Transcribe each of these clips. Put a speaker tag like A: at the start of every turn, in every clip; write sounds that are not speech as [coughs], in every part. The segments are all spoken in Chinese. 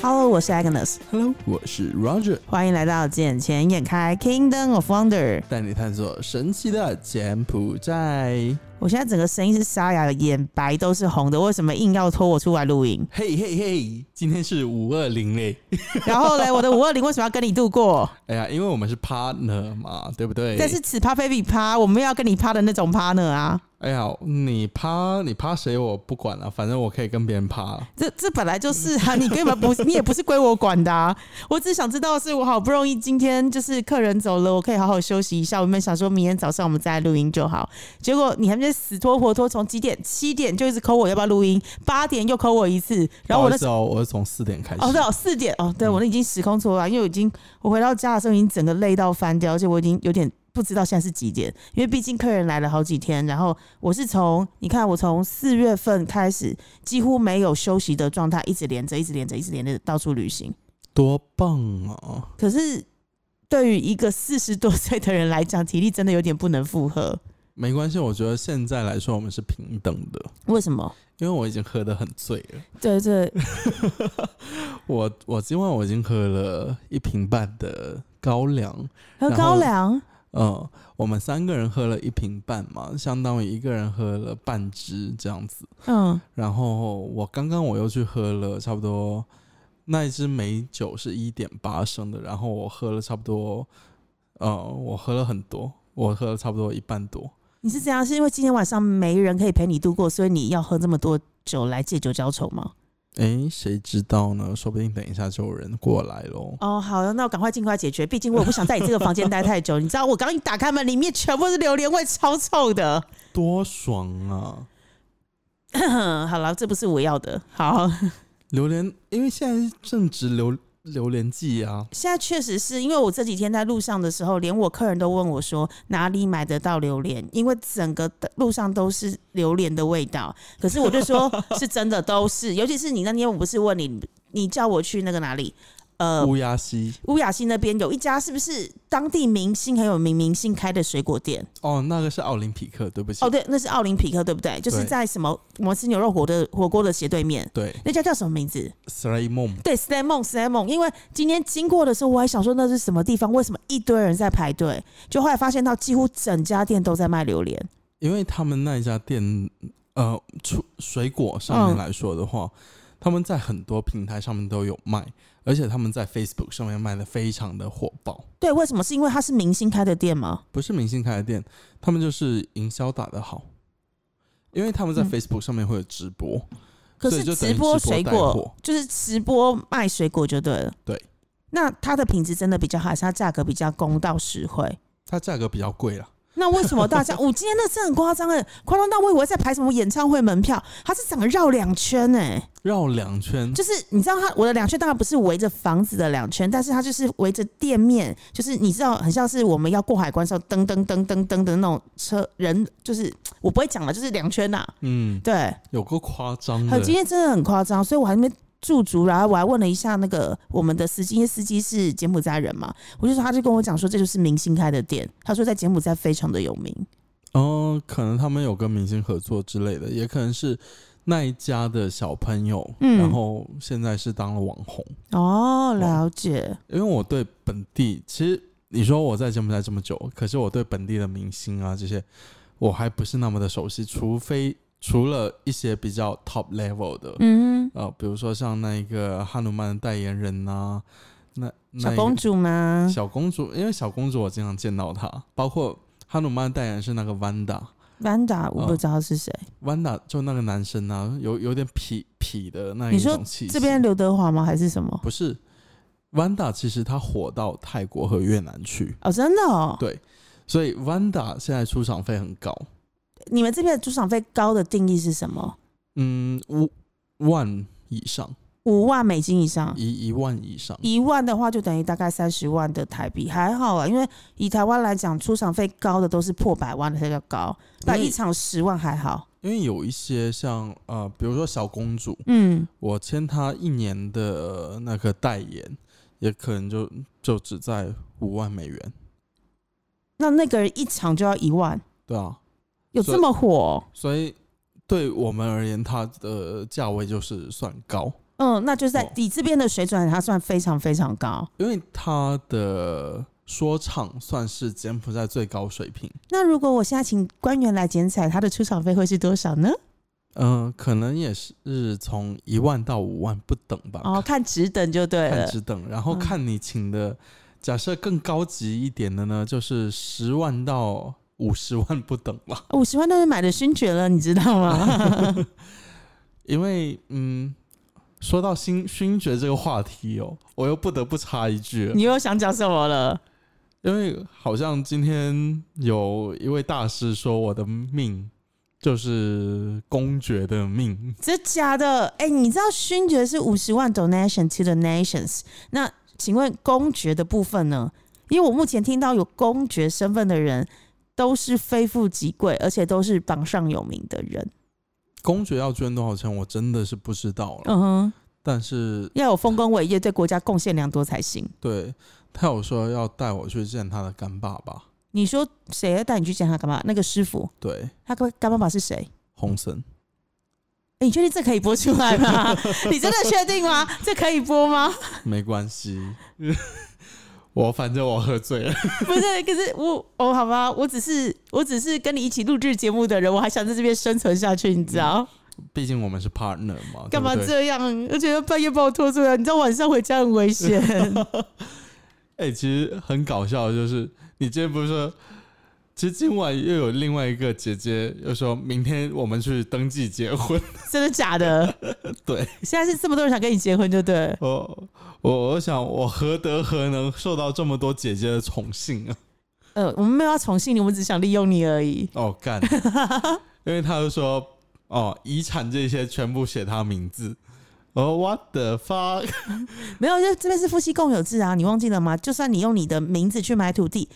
A: Hello，我是 Agnes，
B: Hello，我是 Roger，
A: 欢迎来到《眼前眼开 Kingdom of Wonder》。
B: 带你探索神奇的柬埔寨。？
A: 我现在整个声音是沙哑的，眼白都是红的，为什么硬要拖我出来录音
B: 嘿嘿嘿，今天是五二零嘞。
A: 然后嘞，我的五二零为什么要跟你度过？
B: 哎呀，因为我们是 partner 嘛，对不对？
A: 但是此趴非彼趴，我们要跟你趴的那种 partner 啊。
B: 哎呀，你趴你趴谁我不管了、反正我可以跟别人趴。
A: 这这本来就是啊，你根本不，你也不是归我管的、啊。我只想知道，是我好不容易今天就是客人走了，我可以好好休息一下。我们想说明天早上我们再来录音就好。结果你还在死拖活拖，从几点？七点就一直扣我要不要录音，八点又扣我一次，然后我
B: 那
A: 那
B: 时候我是从四点开始。
A: 哦，对哦，四点哦，对我那已经时空错乱，因为我已经我回到家的时候已经整个累到翻掉，而且我已经有点不知道现在是几点，因为毕竟客人来了好几天，然后我是从你看我从四月份开始几乎没有休息的状态，一直连着，一直连着，一直连着到处旅行。
B: 多棒哦！
A: 可是对于一个四十多岁的人来讲，体力真的有点不能负荷。
B: 没关系，我觉得现在来说我们是平等的，
A: 为什么？
B: 因为我已经喝得很醉了。
A: 对对，
B: 我我今晚我已经喝了一瓶半的高粱，
A: 喝
B: 然
A: 高
B: 后
A: 粱
B: 嗯，我们三个人喝了一瓶半嘛，相当于一个人喝了半支这样子。
A: 嗯，
B: 然后我刚刚我又去喝了差不多那一支美酒是一点八升的，然后我喝了差不多，呃，我喝了很多，我喝了差不多一半多。
A: 你是这样，是因为今天晚上没人可以陪你度过，所以你要喝这么多酒来借酒浇愁吗？
B: 诶，谁知道呢？说不定等一下就有人过来喽。
A: 哦，好，那我赶快尽快解决，毕竟我也不想在你这个房间待太久。你知道，我刚一打开门，里面全部是榴莲味，超臭的。 [coughs]
B: 多爽啊！
A: 好了，这不是我要的。好，
B: 榴莲，因为现在正值榴榴莲季啊，
A: 现在确实是因为我这几天在路上的时候，连我客人都问我说哪里买得到榴莲，因为整个的路上都是榴莲的味道。可是我就说，是真的都是，尤其是你那天，我不是问你，你叫我去那个哪里？呃，
B: 乌鸦西
A: 乌雅西那边有一家是不是当地明星很有名明星开的水果店？
B: 哦，那个是奥林匹克，对不起，
A: 哦，对，那是奥林匹克，对不对？就是
B: 对
A: 在什么摩斯牛肉火的火锅的斜对面，
B: 对
A: 那家叫什么名字？
B: s l a y m o m
A: 对 s t a m o n s t a m o n 因为今天经过的时候，我还想说那是什么地方，为什么一堆人在排队？就后来发现到几乎整家店都在卖榴莲，
B: 因为他们那一家店，呃，出水果上面
A: 嗯
B: 来说的话，他们在很多平台上面都有卖，而且他们在 Facebook 上面卖的非常的火爆。
A: 对，为什么？是因为它是明星开的店吗？
B: 不是明星开的店，他们就是营销打得好，因为他们在
A: 嗯
B: Facebook 上面会有直播，
A: 可
B: 所
A: 是
B: 以就等于
A: 直播
B: 直播
A: 水
B: 带
A: 果
B: 货
A: 就是直播卖水果就对了。
B: 对，
A: 那它的品质真的比较好，还是它价格比较公道实惠？
B: 它价格比较贵啦。
A: 那为什么大家？我、哦今天那是很夸张的，夸张到我以为在排什么演唱会门票，它是整个绕两圈呢、
B: 绕两圈，
A: 就是你知道它我的两圈当然不是围着房子的两圈，但是它就是围着店面，就是你知道很像是我们要过海关的时候噔噔噔噔噔的那种车人，就是我不会讲了，就是两圈呐、
B: 嗯，
A: 对，
B: 有够夸张
A: 很今
B: 的。
A: 天真的很夸张，所以我还没驻足，然后我还问了一下那个我们的司机，因为司机是柬埔寨人嘛，我就说他就跟我讲说这就是明星开的店，他说在柬埔寨非常的有名。
B: 嗯、可能他们有跟明星合作之类的，也可能是那一家的小朋友，
A: 嗯
B: 然后现在是当了网红。
A: 哦，
B: 哦
A: 了解。
B: 因为我对本地，其实你说我在柬埔寨这么久，可是我对本地的明星啊这些，我还不是那么的熟悉，除非除了一些比较 top level 的，
A: 嗯，
B: 呃，比如说像那个哈努曼的代言人呐、那那
A: 小
B: 一个
A: 公主吗？
B: 小公主，因为小公主我经常见到她，包括哈努曼的代言人是那个 Vanda，Vanda
A: Vanda，我
B: 哦
A: 不知道是谁。
B: 就那个男生啊，有有点痞痞的那
A: 你
B: 一
A: 说
B: 种气息，
A: 这边刘德华吗？还是什么？
B: 不是 Vanda，其实他火到泰国和越南去。
A: 哦，真的哦。
B: 对，所以 Vanda 现在出场费很高，
A: 你们这边的出场费高的定义是什么？
B: 嗯，五万以上，
A: 五万美金以上。
B: 一一万以上，
A: 一万的话，就等于大概三十万的台币，还好啊。因为以台湾来讲，出场费高的都是破百万的才叫高，
B: 因
A: 那
B: 为
A: 一场十万还好。
B: 因为有一些像呃，比如说小公主，
A: 嗯，
B: 我签她一年的那个代言，也可能就就只在五万美元，
A: 那那个人一场就要一万，
B: 对啊，
A: 有
B: 所以
A: 这么火哦、
B: 所以对我们而言，它的价位就是算高，
A: 嗯，那就是在
B: 哦
A: 你这边的水准，它算非常非常高。
B: 因为他的说唱算是柬埔寨最高水平，
A: 那如果我现在请官员来剪彩，他的出场费会是多少呢？
B: 嗯、可能也是从一万到五万不等吧，
A: 哦，看职等就对
B: 看
A: 了。
B: 只等，然后
A: 嗯
B: 看你请的，假设更高级一点的呢，就是十万到五十万不等吧，
A: 哦五十万都是买的勋爵了，你知道 [laughs] 吗？
B: 因为嗯。说到新勋爵这个话题哦，我又不得不插一句了，
A: 你又想讲什么了？
B: 因为好像今天有一位大师说我的命就是公爵的命，
A: 真假的？哎、你知道勋爵是五十万 donation to the nations，那请问公爵的部分呢？因为我目前听到有公爵身份的人都是非富即贵，而且都是榜上有名的人。
B: 公爵要捐多少钱，我真的是不知道了。
A: 嗯哼，
B: 但是
A: 要有丰功伟业，对国家贡献良多才行。
B: 对他有说要带我去见他的干爸爸，
A: 你说谁要带你去见他干嘛？那个师傅，
B: 对，
A: 他干干爸爸是谁？
B: 洪森。
A: 哎，你确定这可以播出来
B: [laughs]
A: 吗？你真的确定吗？这可以播吗？
B: 没
A: [laughs]
B: 关系，我反正我喝醉了。
A: 不是，可是我哦，好吧，我只是我只是跟你一起录制节目的人，我还想在这边生存下去，你知道？
B: 毕竟我们是 partner
A: [laughs]
B: 嘛，
A: 干嘛
B: 嗯对不对？
A: 这样？而且半夜把我拖出来，你知道晚上回家很危险。
B: [laughs] 哎、其实很搞笑，就是你今天不是说，其实今晚又有另外一个姐姐又说明天我们去登记结婚。 [laughs]
A: 真的假的？
B: 对，
A: 现在是这么多人想跟你结婚，就对了。
B: 我我我想我何德何能受到这么多姐姐的宠幸啊？
A: 呃，我们没有要宠幸你，我们只想利用你而已。
B: 哦，
A: [laughs]
B: 干，因为他就说哦，遗产这些全部写他名字。哦，what the fuck？
A: 没有，就这边是夫妻共有制啊，你忘记了吗？就算你用你的名字去买土地，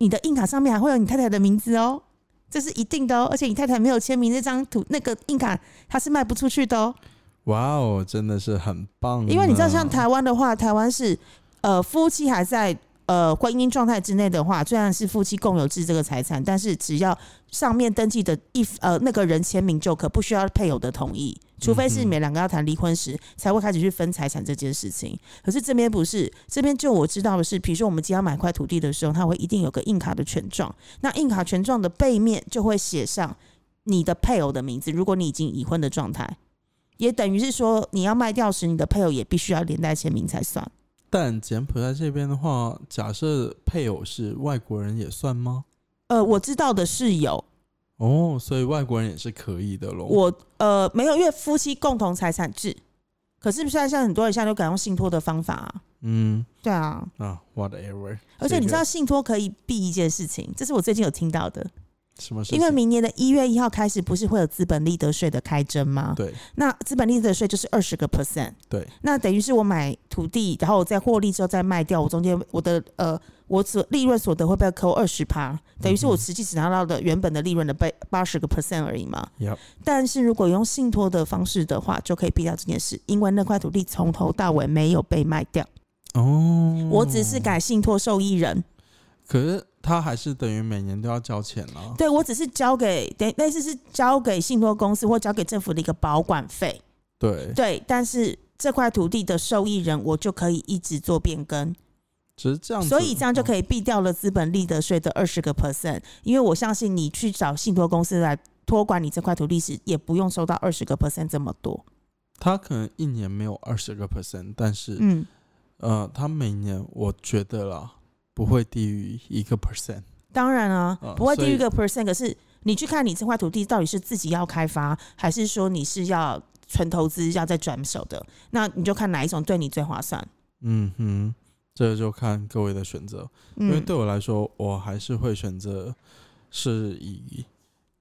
A: 你的硬卡上面还会有你太太的名字哦，这是一定的哦。而且你太太没有签名，那张土那个硬卡它是卖不出去的哦。
B: 哇哦，真的是很棒啊、
A: 因为你知道，像台湾的话，台湾是呃夫妻还在呃婚姻状态之内的话，虽然是夫妻共有制这个财产，但是只要上面登记的一呃那个人签名就可，不需要配偶的同意，除非是你们两个要谈离婚时才会开始去分财产这件事情。可是这边不是，这边就我知道的是，比如说我们今天要买块土地的时候，它会一定有个印卡的权状，那印卡权状的背面就会写上你的配偶的名字，如果你已经已婚的状态。也等于是说，你要卖掉时，你的配偶也必须要连带签名才算。
B: 但柬埔寨这边的话，假设配偶是外国人也算吗？
A: 呃，我知道的是有
B: 哦，所以外国人也是可以的喽。
A: 我呃没有，因为夫妻共同财产制，可是现在像很多人现在都改用信托的方法啊。
B: 嗯
A: 对啊，
B: 啊，whatever。
A: 而且你知道
B: 这
A: 信托可以避一件事情，这是我最近有听到的，
B: 个什么事情？
A: 因为明年的一月一号开始，不是会有资本利得税的开征吗？
B: 对
A: 那资本利得税就是二十个 percent。
B: 对，
A: 那等于是我买土地，然后我再获利之后再卖掉，我中间我的呃，我所利润所得会被扣二十趴，等于是我实际只拿到的原本的利润的八八十个 percent 而已嘛。
B: Yep
A: 但是如果用信托的方式的话，就可以避掉这件事，因为那块土地从头到尾没有被卖掉，
B: 哦，
A: 我只是，改信托受益人，
B: 可是他还是等于每年都要交钱啦。
A: 对我只是交给等类似是交给信托公司或交给政府的一个保管费，
B: 对，
A: 对，但是。这块土地的受益人，我就可以一直做变更，
B: 只是这样子，
A: 所以这样就
B: 以。
A: 可以避掉了资本利得税的二十个 percent，因为我相信你去找信托公司来托管你这块土地时，也不用收到二十个 percent 这么多。
B: 他可能一年没有二十个 percent，但是、
A: 嗯，
B: 呃，他每年我觉得啦，不会低于一个 percent。
A: 当然啊
B: 嗯，
A: 不会低
B: 所以
A: 于一个 percent，可是你去看你这块土地到底是自己要开发，还是说你是要纯投资要再转手的，那你就看哪一种对你最划算。
B: 嗯哼，这就看各位的选择。因为
A: 嗯，
B: 对我来说，我还是会选择是以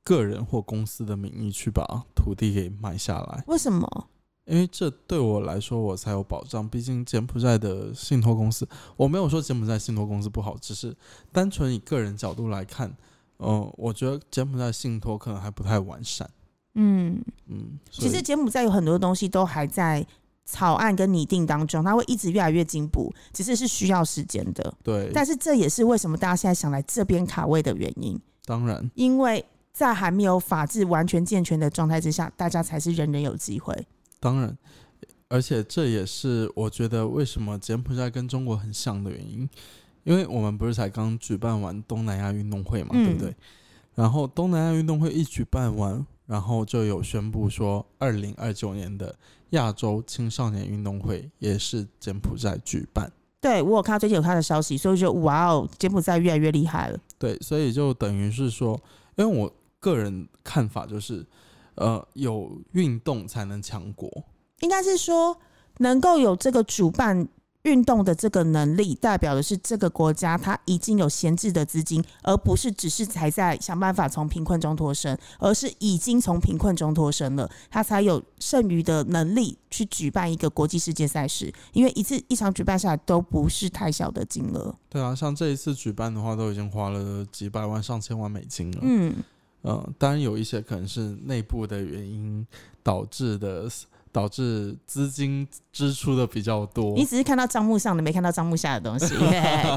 B: 个人或公司的名义去把土地给买下来，
A: 为什么？
B: 因为这对我来说我才有保障。毕竟柬埔寨的信托公司，我没有说柬埔寨信托公司不好，只是单纯以个人角度来看，嗯、我觉得柬埔寨信托可能还不太完善。
A: 嗯，
B: 嗯，所
A: 其
B: 以
A: 实柬埔寨有很多东西都还在草案跟拟定当中，它会一直越来越进步，只是是需要时间的。
B: 对，
A: 但是这也是为什么大家现在想来这边卡位的原因，
B: 当然
A: 因为在还没有法治完全健全的状态之下，大家才是人人有机会。
B: 当然，而且这也是我觉得为什么柬埔寨跟中国很像的原因，因为我们不是才刚举办完东南亚运动会嘛，
A: 嗯
B: 对不对？然后东南亚运动会一举办完，然后就有宣布说，二零二九年的亚洲青少年运动会也是柬埔寨举办。
A: 对我有看到最近有他的消息，所以我觉得哇哦，柬埔寨越来越厉害了。
B: 对，所以就等于是说，因为我个人看法就是，呃，有运动才能强国。
A: 应该是说能够有这个主办运动的这个能力，代表的是这个国家它已经有闲置的资金，而不是只是才在想办法从贫困中脱身，而是已经从贫困中脱身了，它才有剩余的能力去举办一个国际世界赛事。因为一次一场举办下来都不是太小的金额，
B: 对啊，像这一次举办的话，都已经花了几百万、上千万美金了。
A: 嗯，
B: 呃，当然有一些可能是内部的原因导致的，导致资金支出的比较多
A: 你。只是看到账目上的，没看到账目下的东
B: [laughs]
A: 西。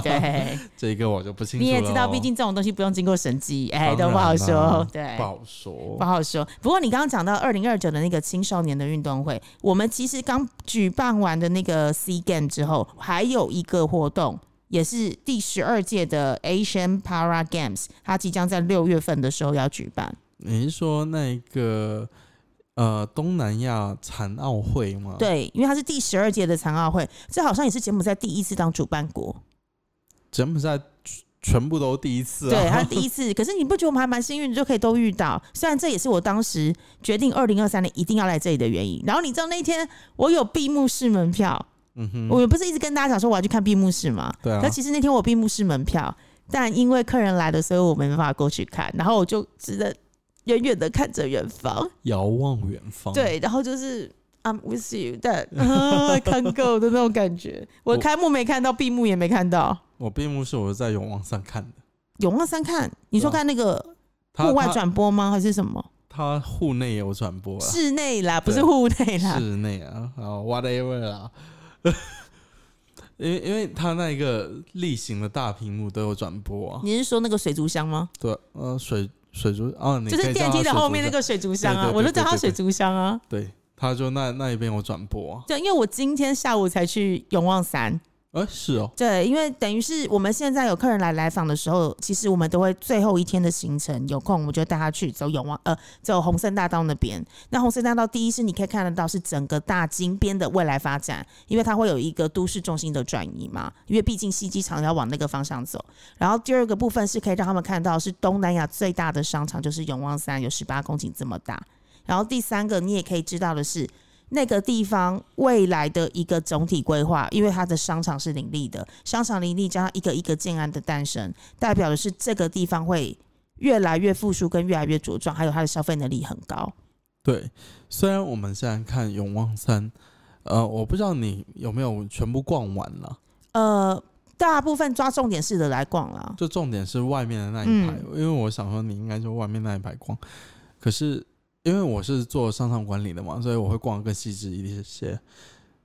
A: 对，
B: 这个我就不清楚
A: 你
B: 了哦、
A: 也知道，毕竟这种东西不用经过审计，哎，
B: 当
A: 都不好
B: 然啦
A: 说。对
B: 哦不，好说
A: 不。好说。不过你刚刚讲到二零二九的那个青少年的运动会，我们其实刚举办完的那个 C Game 之后，还有一个活动。也是第十二届的 Asian Para Games，它即将在六月份的时候要举办。
B: 你是说那个呃东南亚残奥会吗？，
A: 对，因为它是第十二届的残奥会，这好像也是柬埔寨第一次当主办国。
B: 柬埔寨全全部都第一次啊。
A: 对，他第一次。 [laughs] 可是你不觉得我们还蛮幸运的，就可以都遇到？虽然这也是我当时决定二零二三年一定要来这里的原因。然后你知道那一天我有闭幕式门票，
B: [laughs] 嗯哼，
A: 我不是一直跟大家讲说我要去看闭幕式吗？
B: 对啊
A: 可，其实那天我闭幕式门票，但因为客人来了，所以我没办法过去看。然后我就只能远远的看着远方，
B: 遥望远
A: [laughs]
B: 方。，
A: 对，然后就是。I'm with you，但、
B: [laughs]
A: 啊、I can't go 的那种感觉。我
B: 我
A: 开幕没看到，闭幕也没看到。
B: 我闭幕式我是在永旺上看的，
A: 永旺三看，你说
B: 对啊
A: 看那个
B: 他
A: 户外
B: 他
A: 转播吗？还是什么？
B: 他户内也有转播啊，
A: 室内啦，不是
B: 对
A: 户内啦。 [laughs]
B: 室内啊，然后 whatever 啦。因为因为他那个例行的大屏幕都有转播啊，
A: 你是说那个水族箱吗？
B: 对，呃，水水族啊，你
A: 就
B: 可
A: 是
B: 以
A: 电
B: 叫
A: 梯
B: 它
A: 的
B: 水
A: 后
B: 族
A: 面那
B: 箱，
A: 个水族箱啊
B: 对对，对
A: 我就叫它
B: 对对
A: 水族箱啊。
B: 对，他就那那一边有转播啊，
A: 对，因为我今天下午才去永旺山。
B: 哎、是哦，
A: 对，因为等于是我们现在有客人来来访的时候，其实我们都会最后一天的行程有空，我们就带他去走永旺呃走红森大道那边。那红森大道第一是你可以看得到是整个大金边的未来发展，因为它会有一个都市重心的转移嘛，因为毕竟西机场要往那个方向走。然后第二个部分是可以让他们看到是东南亚最大的商场，就是永旺山有十八公顷这么大。然后第三个你也可以知道的是，那个地方未来的一个总体规划，因为它的商场是林立的，商场林立加上一个一个建案的诞生，代表的是这个地方会越来越复苏跟越来越茁壮，还有它的消费能力很高。
B: 对，虽然我们现在看永旺山，呃，我不知道你有没有全部逛完了，
A: 呃，大部分抓重点式的来逛啦。
B: 就重点是外面的那一排，
A: 嗯
B: 因为我想说你应该就外面那一排逛，可是因为我是做商场管理的嘛，所以我会逛得更细致一些。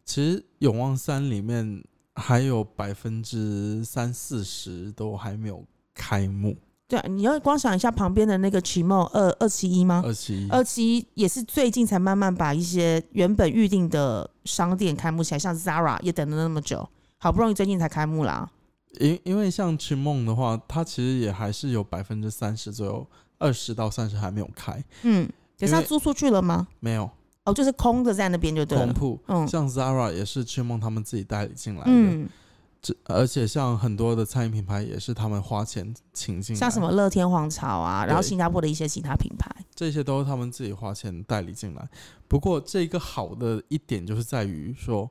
B: 其实永旺山里面还有百分之三四十都还没有开幕，
A: 对啊，你要光想一下旁边的那个奇梦二二七一吗？
B: 二七
A: 二期也是最近才慢慢把一些原本预定的商店开幕起来，像 Zara 也等了那么久，好不容易最近才开幕啦。
B: 因因为像去梦的话，它其实也还是有百分之三十左右，二十到三十还没有开，
A: 嗯，可是
B: 因
A: 它
B: 为
A: 租出去了吗？
B: 没有
A: 哦，就是空的在那边就对
B: 空
A: 了。
B: 铺。
A: 嗯
B: 像 Zara 也是去梦他们自己代理进来的，
A: 嗯，
B: 这而且像很多的餐饮品牌也是他们花钱请进来，
A: 像什么乐天皇朝啊，然后
B: 对哦
A: 新加坡的一些其他品牌。
B: 这些都是他们自己花钱代理进来。不过这个好的一点就是在于说，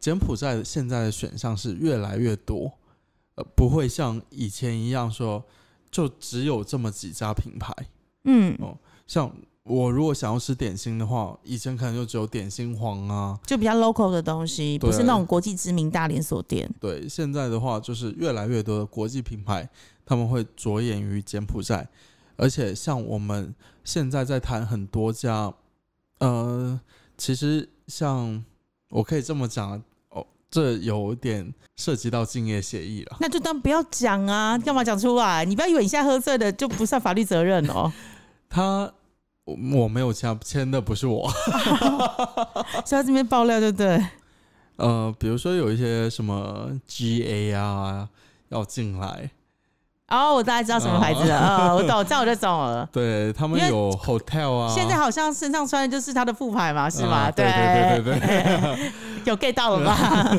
B: 柬埔寨现在的选项是越来越多，呃，不会像以前一样说就只有这么几家品牌。
A: 嗯，
B: 哦像我如果想要吃点心的话，以前可能就只有点心皇啊，
A: 就比较 local 的东西，
B: 对
A: 不是那种国际知名大连锁店。
B: 对，现在的话就是越来越多的国际品牌，他们会着眼于柬埔寨，而且像我们现在在谈很多家，呃，其实像我可以这么讲啊，哦，这有点涉及到竞业协议了。
A: 那就当不要讲啊，干嘛讲出来？你不要以为你现在喝醉了就不算法律责任哦。
B: 他我我没有签，签的不是我。
A: 是要这边爆料，对不对？
B: 呃，比如说有一些什么 GA 啊要进来，
A: 哦，我大概知道什么牌子了，
B: 哦
A: 啊、我懂，这样我就懂了。
B: 对他们
A: 因为
B: 有 hotel 啊，
A: 现在好像身上穿的就是他的副牌嘛，是吗？
B: 啊对对对对对，
A: [laughs] 有 get 到了
B: [laughs]
A: 吧？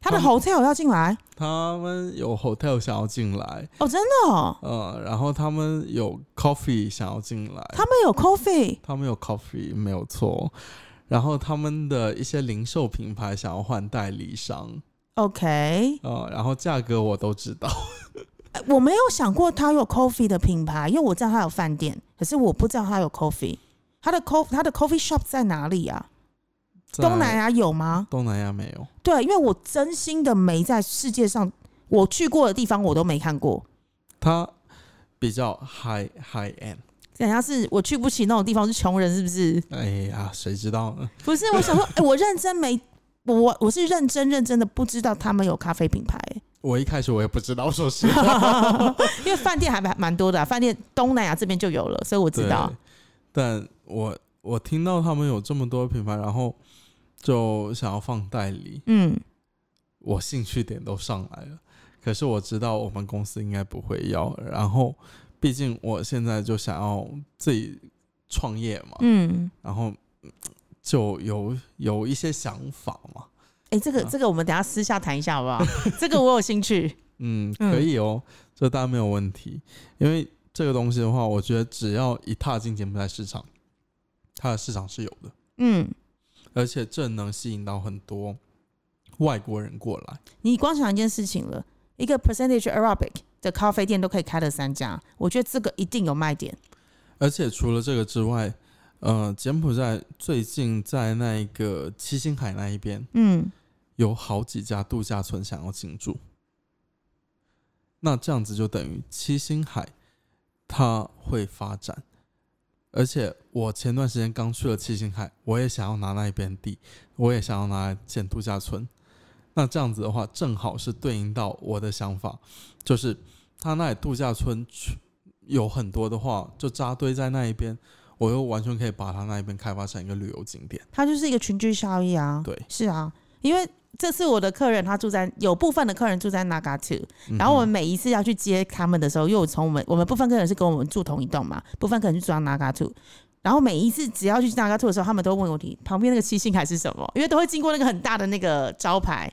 A: 他的 hotel 要进来
B: 他们有 hotel 想要进来，
A: 哦，真的、哦，
B: 呃，然后他们有 coffee 想要进来，
A: 他们有 coffee
B: 他们有 coffee 没有错，然后他们的一些零售品牌想要换代理商，
A: OK，
B: 呃，然后价格我都知道，
A: 哎我没有想过他有 coffee 的品牌，因为我知道他有饭店，可是我不知道他有 coffee。他的 co 他的 coffee shop 在哪里啊？[laughs]
B: 在
A: 东南亚有吗？
B: 东南亚没有，
A: 对，因为我真心的没在世界上我去过的地方我都没看过。
B: 它比较 high high end，
A: 人家是我去不起那种地方是穷人是不是？
B: 哎呀，谁知道呢？
A: 不是，我想 [laughs] 说，哎、我认真没我我是认真认真的不知道他们有咖啡品牌、 [laughs] 哎
B: 我一开始我也不知道，说
A: [laughs]
B: 实话。
A: 因为饭店还蛮蛮多的、啊，饭店东南亚这边就有了，所以我知道
B: 对。但我我听到他们有这么多品牌，然后就想要放代理，
A: 嗯，
B: 我兴趣点都上来了。可是我知道我们公司应该不会要，然后毕竟我现在就想要自己创业嘛，
A: 嗯，
B: 然后嗯就有有一些想法嘛，
A: 哎、这个
B: 啊
A: 这个我们等一下私下谈一下好不好？这个我有兴趣。
B: 嗯，
A: 嗯
B: 可以哦，这当然没有问题。因为这个东西的话，我觉得只要一踏进柬埔寨市场，它的市场是有的，
A: 嗯，
B: 而且这能吸引到很多外国人过来。
A: 你光想一件事情了，一个 percentage Arabic 的咖啡店都可以开了三家，我觉得这个一定有卖点。
B: 而且除了这个之外，呃，柬埔寨最近在那个七星海那一边
A: 嗯，
B: 有好几家度假村想要进驻，那这样子就等于七星海它会发展。而且我前段时间刚去了七星海，我也想要拿那一边地，我也想要拿来建度假村。那这样子的话，正好是对应到我的想法，就是它那里度假村去有很多的话，就扎堆在那一边，我又完全可以把它那一边开发成一个旅游景点。
A: 它就是一个群居效益啊。
B: 对，
A: 是啊，因为这次我的客人他住在有部分的客人住在 Naga Two，然后我们每一次要去接他们的时候，因为我从我们我们部分客人是跟我们住同一栋嘛，部分客人是住到 Naga Two。然后每一次只要去 Naga Two 的时候，他们都会问我你旁边那个七星海是什么，因为都会经过那个很大的那个招牌，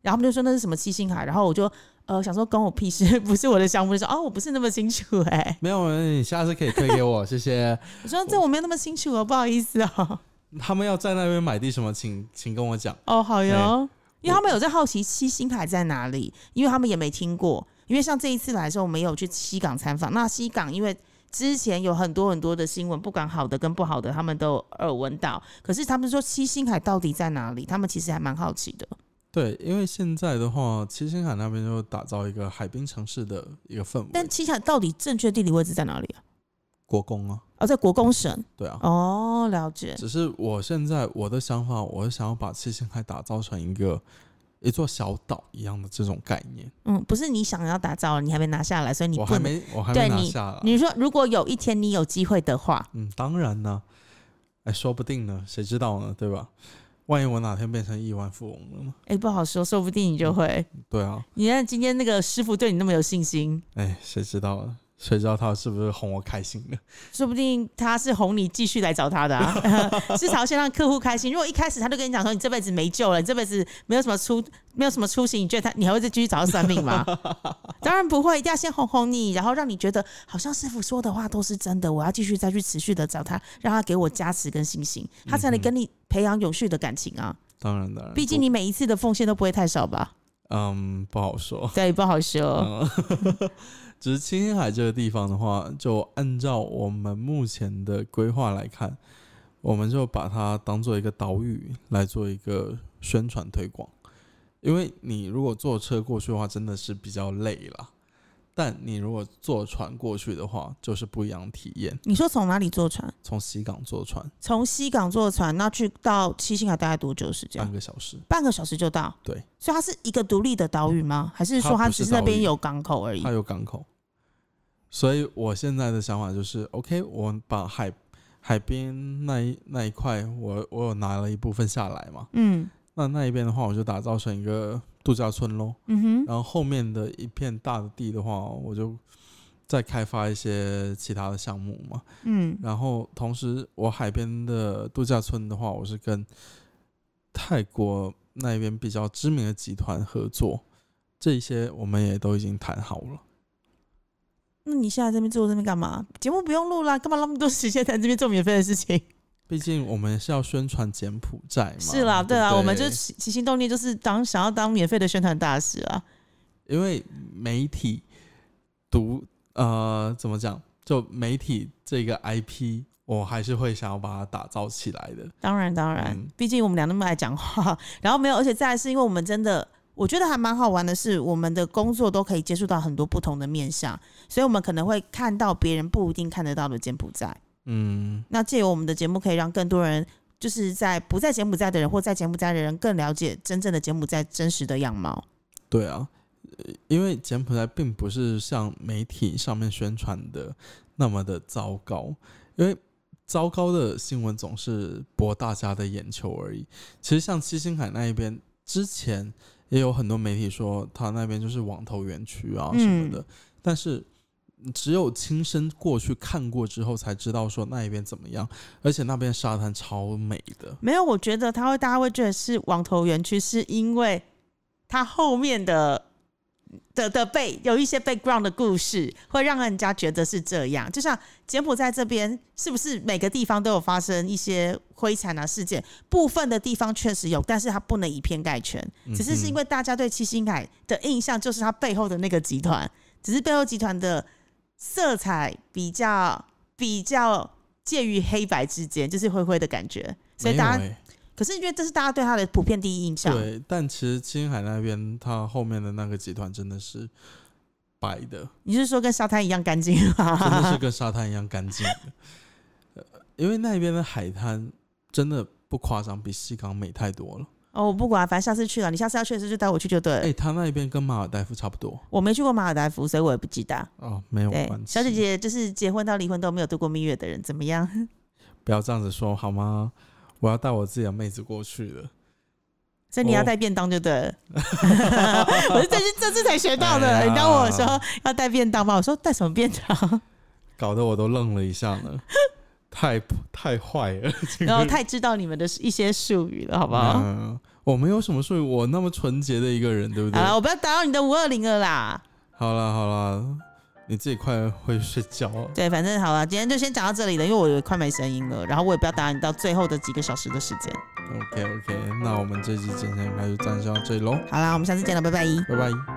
A: 然后他们就说那是什么七星海，然后我就呃想说关我屁事，不是我的项目，就说哦我不是那么清楚哎、
B: 没有，你下次可以推给我，谢谢。
A: 我说这我没有那么清楚哦，不好意思哦，
B: 他们要在那边买地什么，请请跟我讲。
A: 哦，好哟，因为他们有在好奇七星海在哪里，因为他们也没听过。因为像这一次来的时候，我们也有去西港参访。那西港因为之前有很多很多的新闻，不管好的跟不好的，他们都有耳闻到。可是他们说七星海到底在哪里，他们其实还蛮好奇的。
B: 对，因为现在的话，七星海那边就打造一个海滨城市的一个氛围。
A: 但七星海到底正确地理位置在哪里啊？
B: 国公啊，
A: 哦，在国公省。
B: 对啊。
A: 哦，了解。
B: 只是我现在我的想法，我想要把七星海打造成一个一座小岛一样的这种概念。
A: 嗯，不是你想要打造，你还没拿下来，所以你
B: 我
A: 不
B: 还
A: 能。
B: 没，我还
A: 对
B: 没拿
A: 你
B: 下来。
A: 你说如果有一天你有机会的话，
B: 嗯，当然呢，哎，说不定呢，谁知道呢，对吧？万一我哪天变成亿万富翁了呢？
A: 哎、不好说，说不定你就会。
B: 对啊，
A: 你看今天那个师傅对你那么有信心，
B: 哎，谁知道呢？谁知道他是不是哄我开心呢？
A: 说不定他是哄你继续来找他的、啊， [laughs] 至少先让客户开心。如果一开始他就跟你讲说你这辈子没救了，你这辈子没有什么出没有什么出息，你觉得他你还会再继续找他算命
B: [laughs]
A: 吗？当然不会，一定要先哄哄你，然后让你觉得好像师傅说的话都是真的，我要继续再去持续的找他，让他给我加持跟信心，他才能跟你培养永续的感情啊。
B: 当然，当然，
A: 毕竟
B: 不
A: 你每一次的奉献都不会太少吧？
B: 嗯不好说。 [laughs]
A: 对，不好哦说。
B: 嗯，只是青天海这个地方的话，就按照我们目前的规划来看，我们就把它当做一个岛屿来做一个宣传推广。因为你如果坐车过去的话，真的是比较累啦。但你如果坐船过去的话，就是不一样的体验。
A: 你说从哪里坐船？
B: 从西港坐船
A: 从西港坐船，那去到七星海大概多久时间
B: 半？个小时，
A: 半个小时就到。
B: 啊对，
A: 所以它是一个独立的岛屿吗？还是说
B: 它
A: 它
B: 不是
A: 只是那
B: 岛
A: 边
B: 屿
A: 有港口而已
B: 它？有港口，所以我现在的想法就是，OK，我把海海边那一那一块，我我有拿了一部分下来嘛。
A: 嗯
B: 那那一边的话，我就打造成一个度假村咯。
A: 嗯哼，
B: 然后后面的一片大的地的话，我就再开发一些其他的项目嘛。
A: 嗯
B: 然后同时，我海边的度假村的话，我是跟泰国那边比较知名的集团合作，这些我们也都已经谈好了。
A: 那你现在这边坐这边干嘛？节目不用录啦，干嘛那么多时间在这边做免费的事情？
B: 毕竟我们是要宣传柬埔 [laughs] 寨嘛。
A: 是啦，
B: 对
A: 对
B: 不
A: 啊，
B: 对
A: 我们就起起心动念就是当想要当免费的宣传大使啊。
B: 因为媒体读呃怎么讲，就媒体这个 IP，我还是会想要把它打造起来的。
A: 当然，当然
B: 嗯，
A: 毕竟我们俩那么爱讲话， [laughs] 然后没有，而且再来是因为我们真的，我觉得还蛮好玩的是，我们的工作都可以接触到很多不同的面向，所以我们可能会看到别人不一定看得到的柬埔寨。
B: 嗯，
A: 那借由我们的节目，可以让更多人，就是在不在柬埔寨的人或在柬埔寨的人，更了解真正的柬埔寨真实的样貌。
B: 对啊，呃因为柬埔寨并不是像媒体上面宣传的那么的糟糕，因为糟糕的新闻总是博大家的眼球而已。其实像七星海那一边，之前也有很多媒体说他那边就是网投园区啊什么的，
A: 嗯
B: 但是只有亲身过去看过之后才知道说那一边怎么样，而且那边沙滩超美的。
A: 没有，我觉得他会，大家会觉得是网投园区，是因为它后面的的的背有一些 background 的故事，会让人家觉得是这样。就像柬埔寨这边，是不是每个地方都有发生一些灰产啊事件？部分的地方确实有，但是它不能以偏概全，
B: 嗯
A: 只是是因为大家对七星海的印象就是它背后的那个集团，只是背后集团的色彩比较比较介于黑白之间，就是灰灰的感觉，所以
B: 没有
A: 大家。
B: 欸
A: 可是因为这是大家对他的普遍第一印象，
B: 对，但其实青海那边，它后面的那个集团真的是白
A: [laughs]
B: 的，
A: 你是说跟沙滩一样干净吗？
B: 真的是跟沙滩一样干净的。呃因为那边的海滩真的不夸张，比西港美太多了。
A: [laughs] 哦，我不管，反正下次去了，你下次要去的时候就带我去就对了。
B: 哎、它那边跟马尔代夫差不多
A: 我没去过马尔代夫，所以我也不记得。
B: 哦，没有
A: 对
B: 关，系。
A: 小姐姐就是结婚到离婚都没有度过蜜月的人，怎么
B: [laughs]
A: 样？
B: 不要这样子说好吗？我要带我自己的妹子过去了。
A: 所以你要
B: 哦
A: 带便当就对了。 [laughs] 我是这次这次才学到的，
B: 哎呀
A: 你当我说要带便当吗？我说带什么便当？
B: 搞得我都愣了一下呢， [laughs] 太太坏了，
A: 然后太知道你们的一些术语了，好不好？
B: 嗯，我没有什么术语，我那么纯洁的一个人，嗯对不对？
A: 好了，我不要打扰你的五二零了啦。
B: 好啦好啦，你自己快回去睡觉了。
A: 对，反正好了，今天就先讲到这里了，因为我也快没声音了，然后我也不要打扰你到最后的几个小时的时间。
B: OK OK，那我们这期健身应该就暂时到这里喽，
A: 好啦，我们下次见了，拜拜。
B: 拜拜。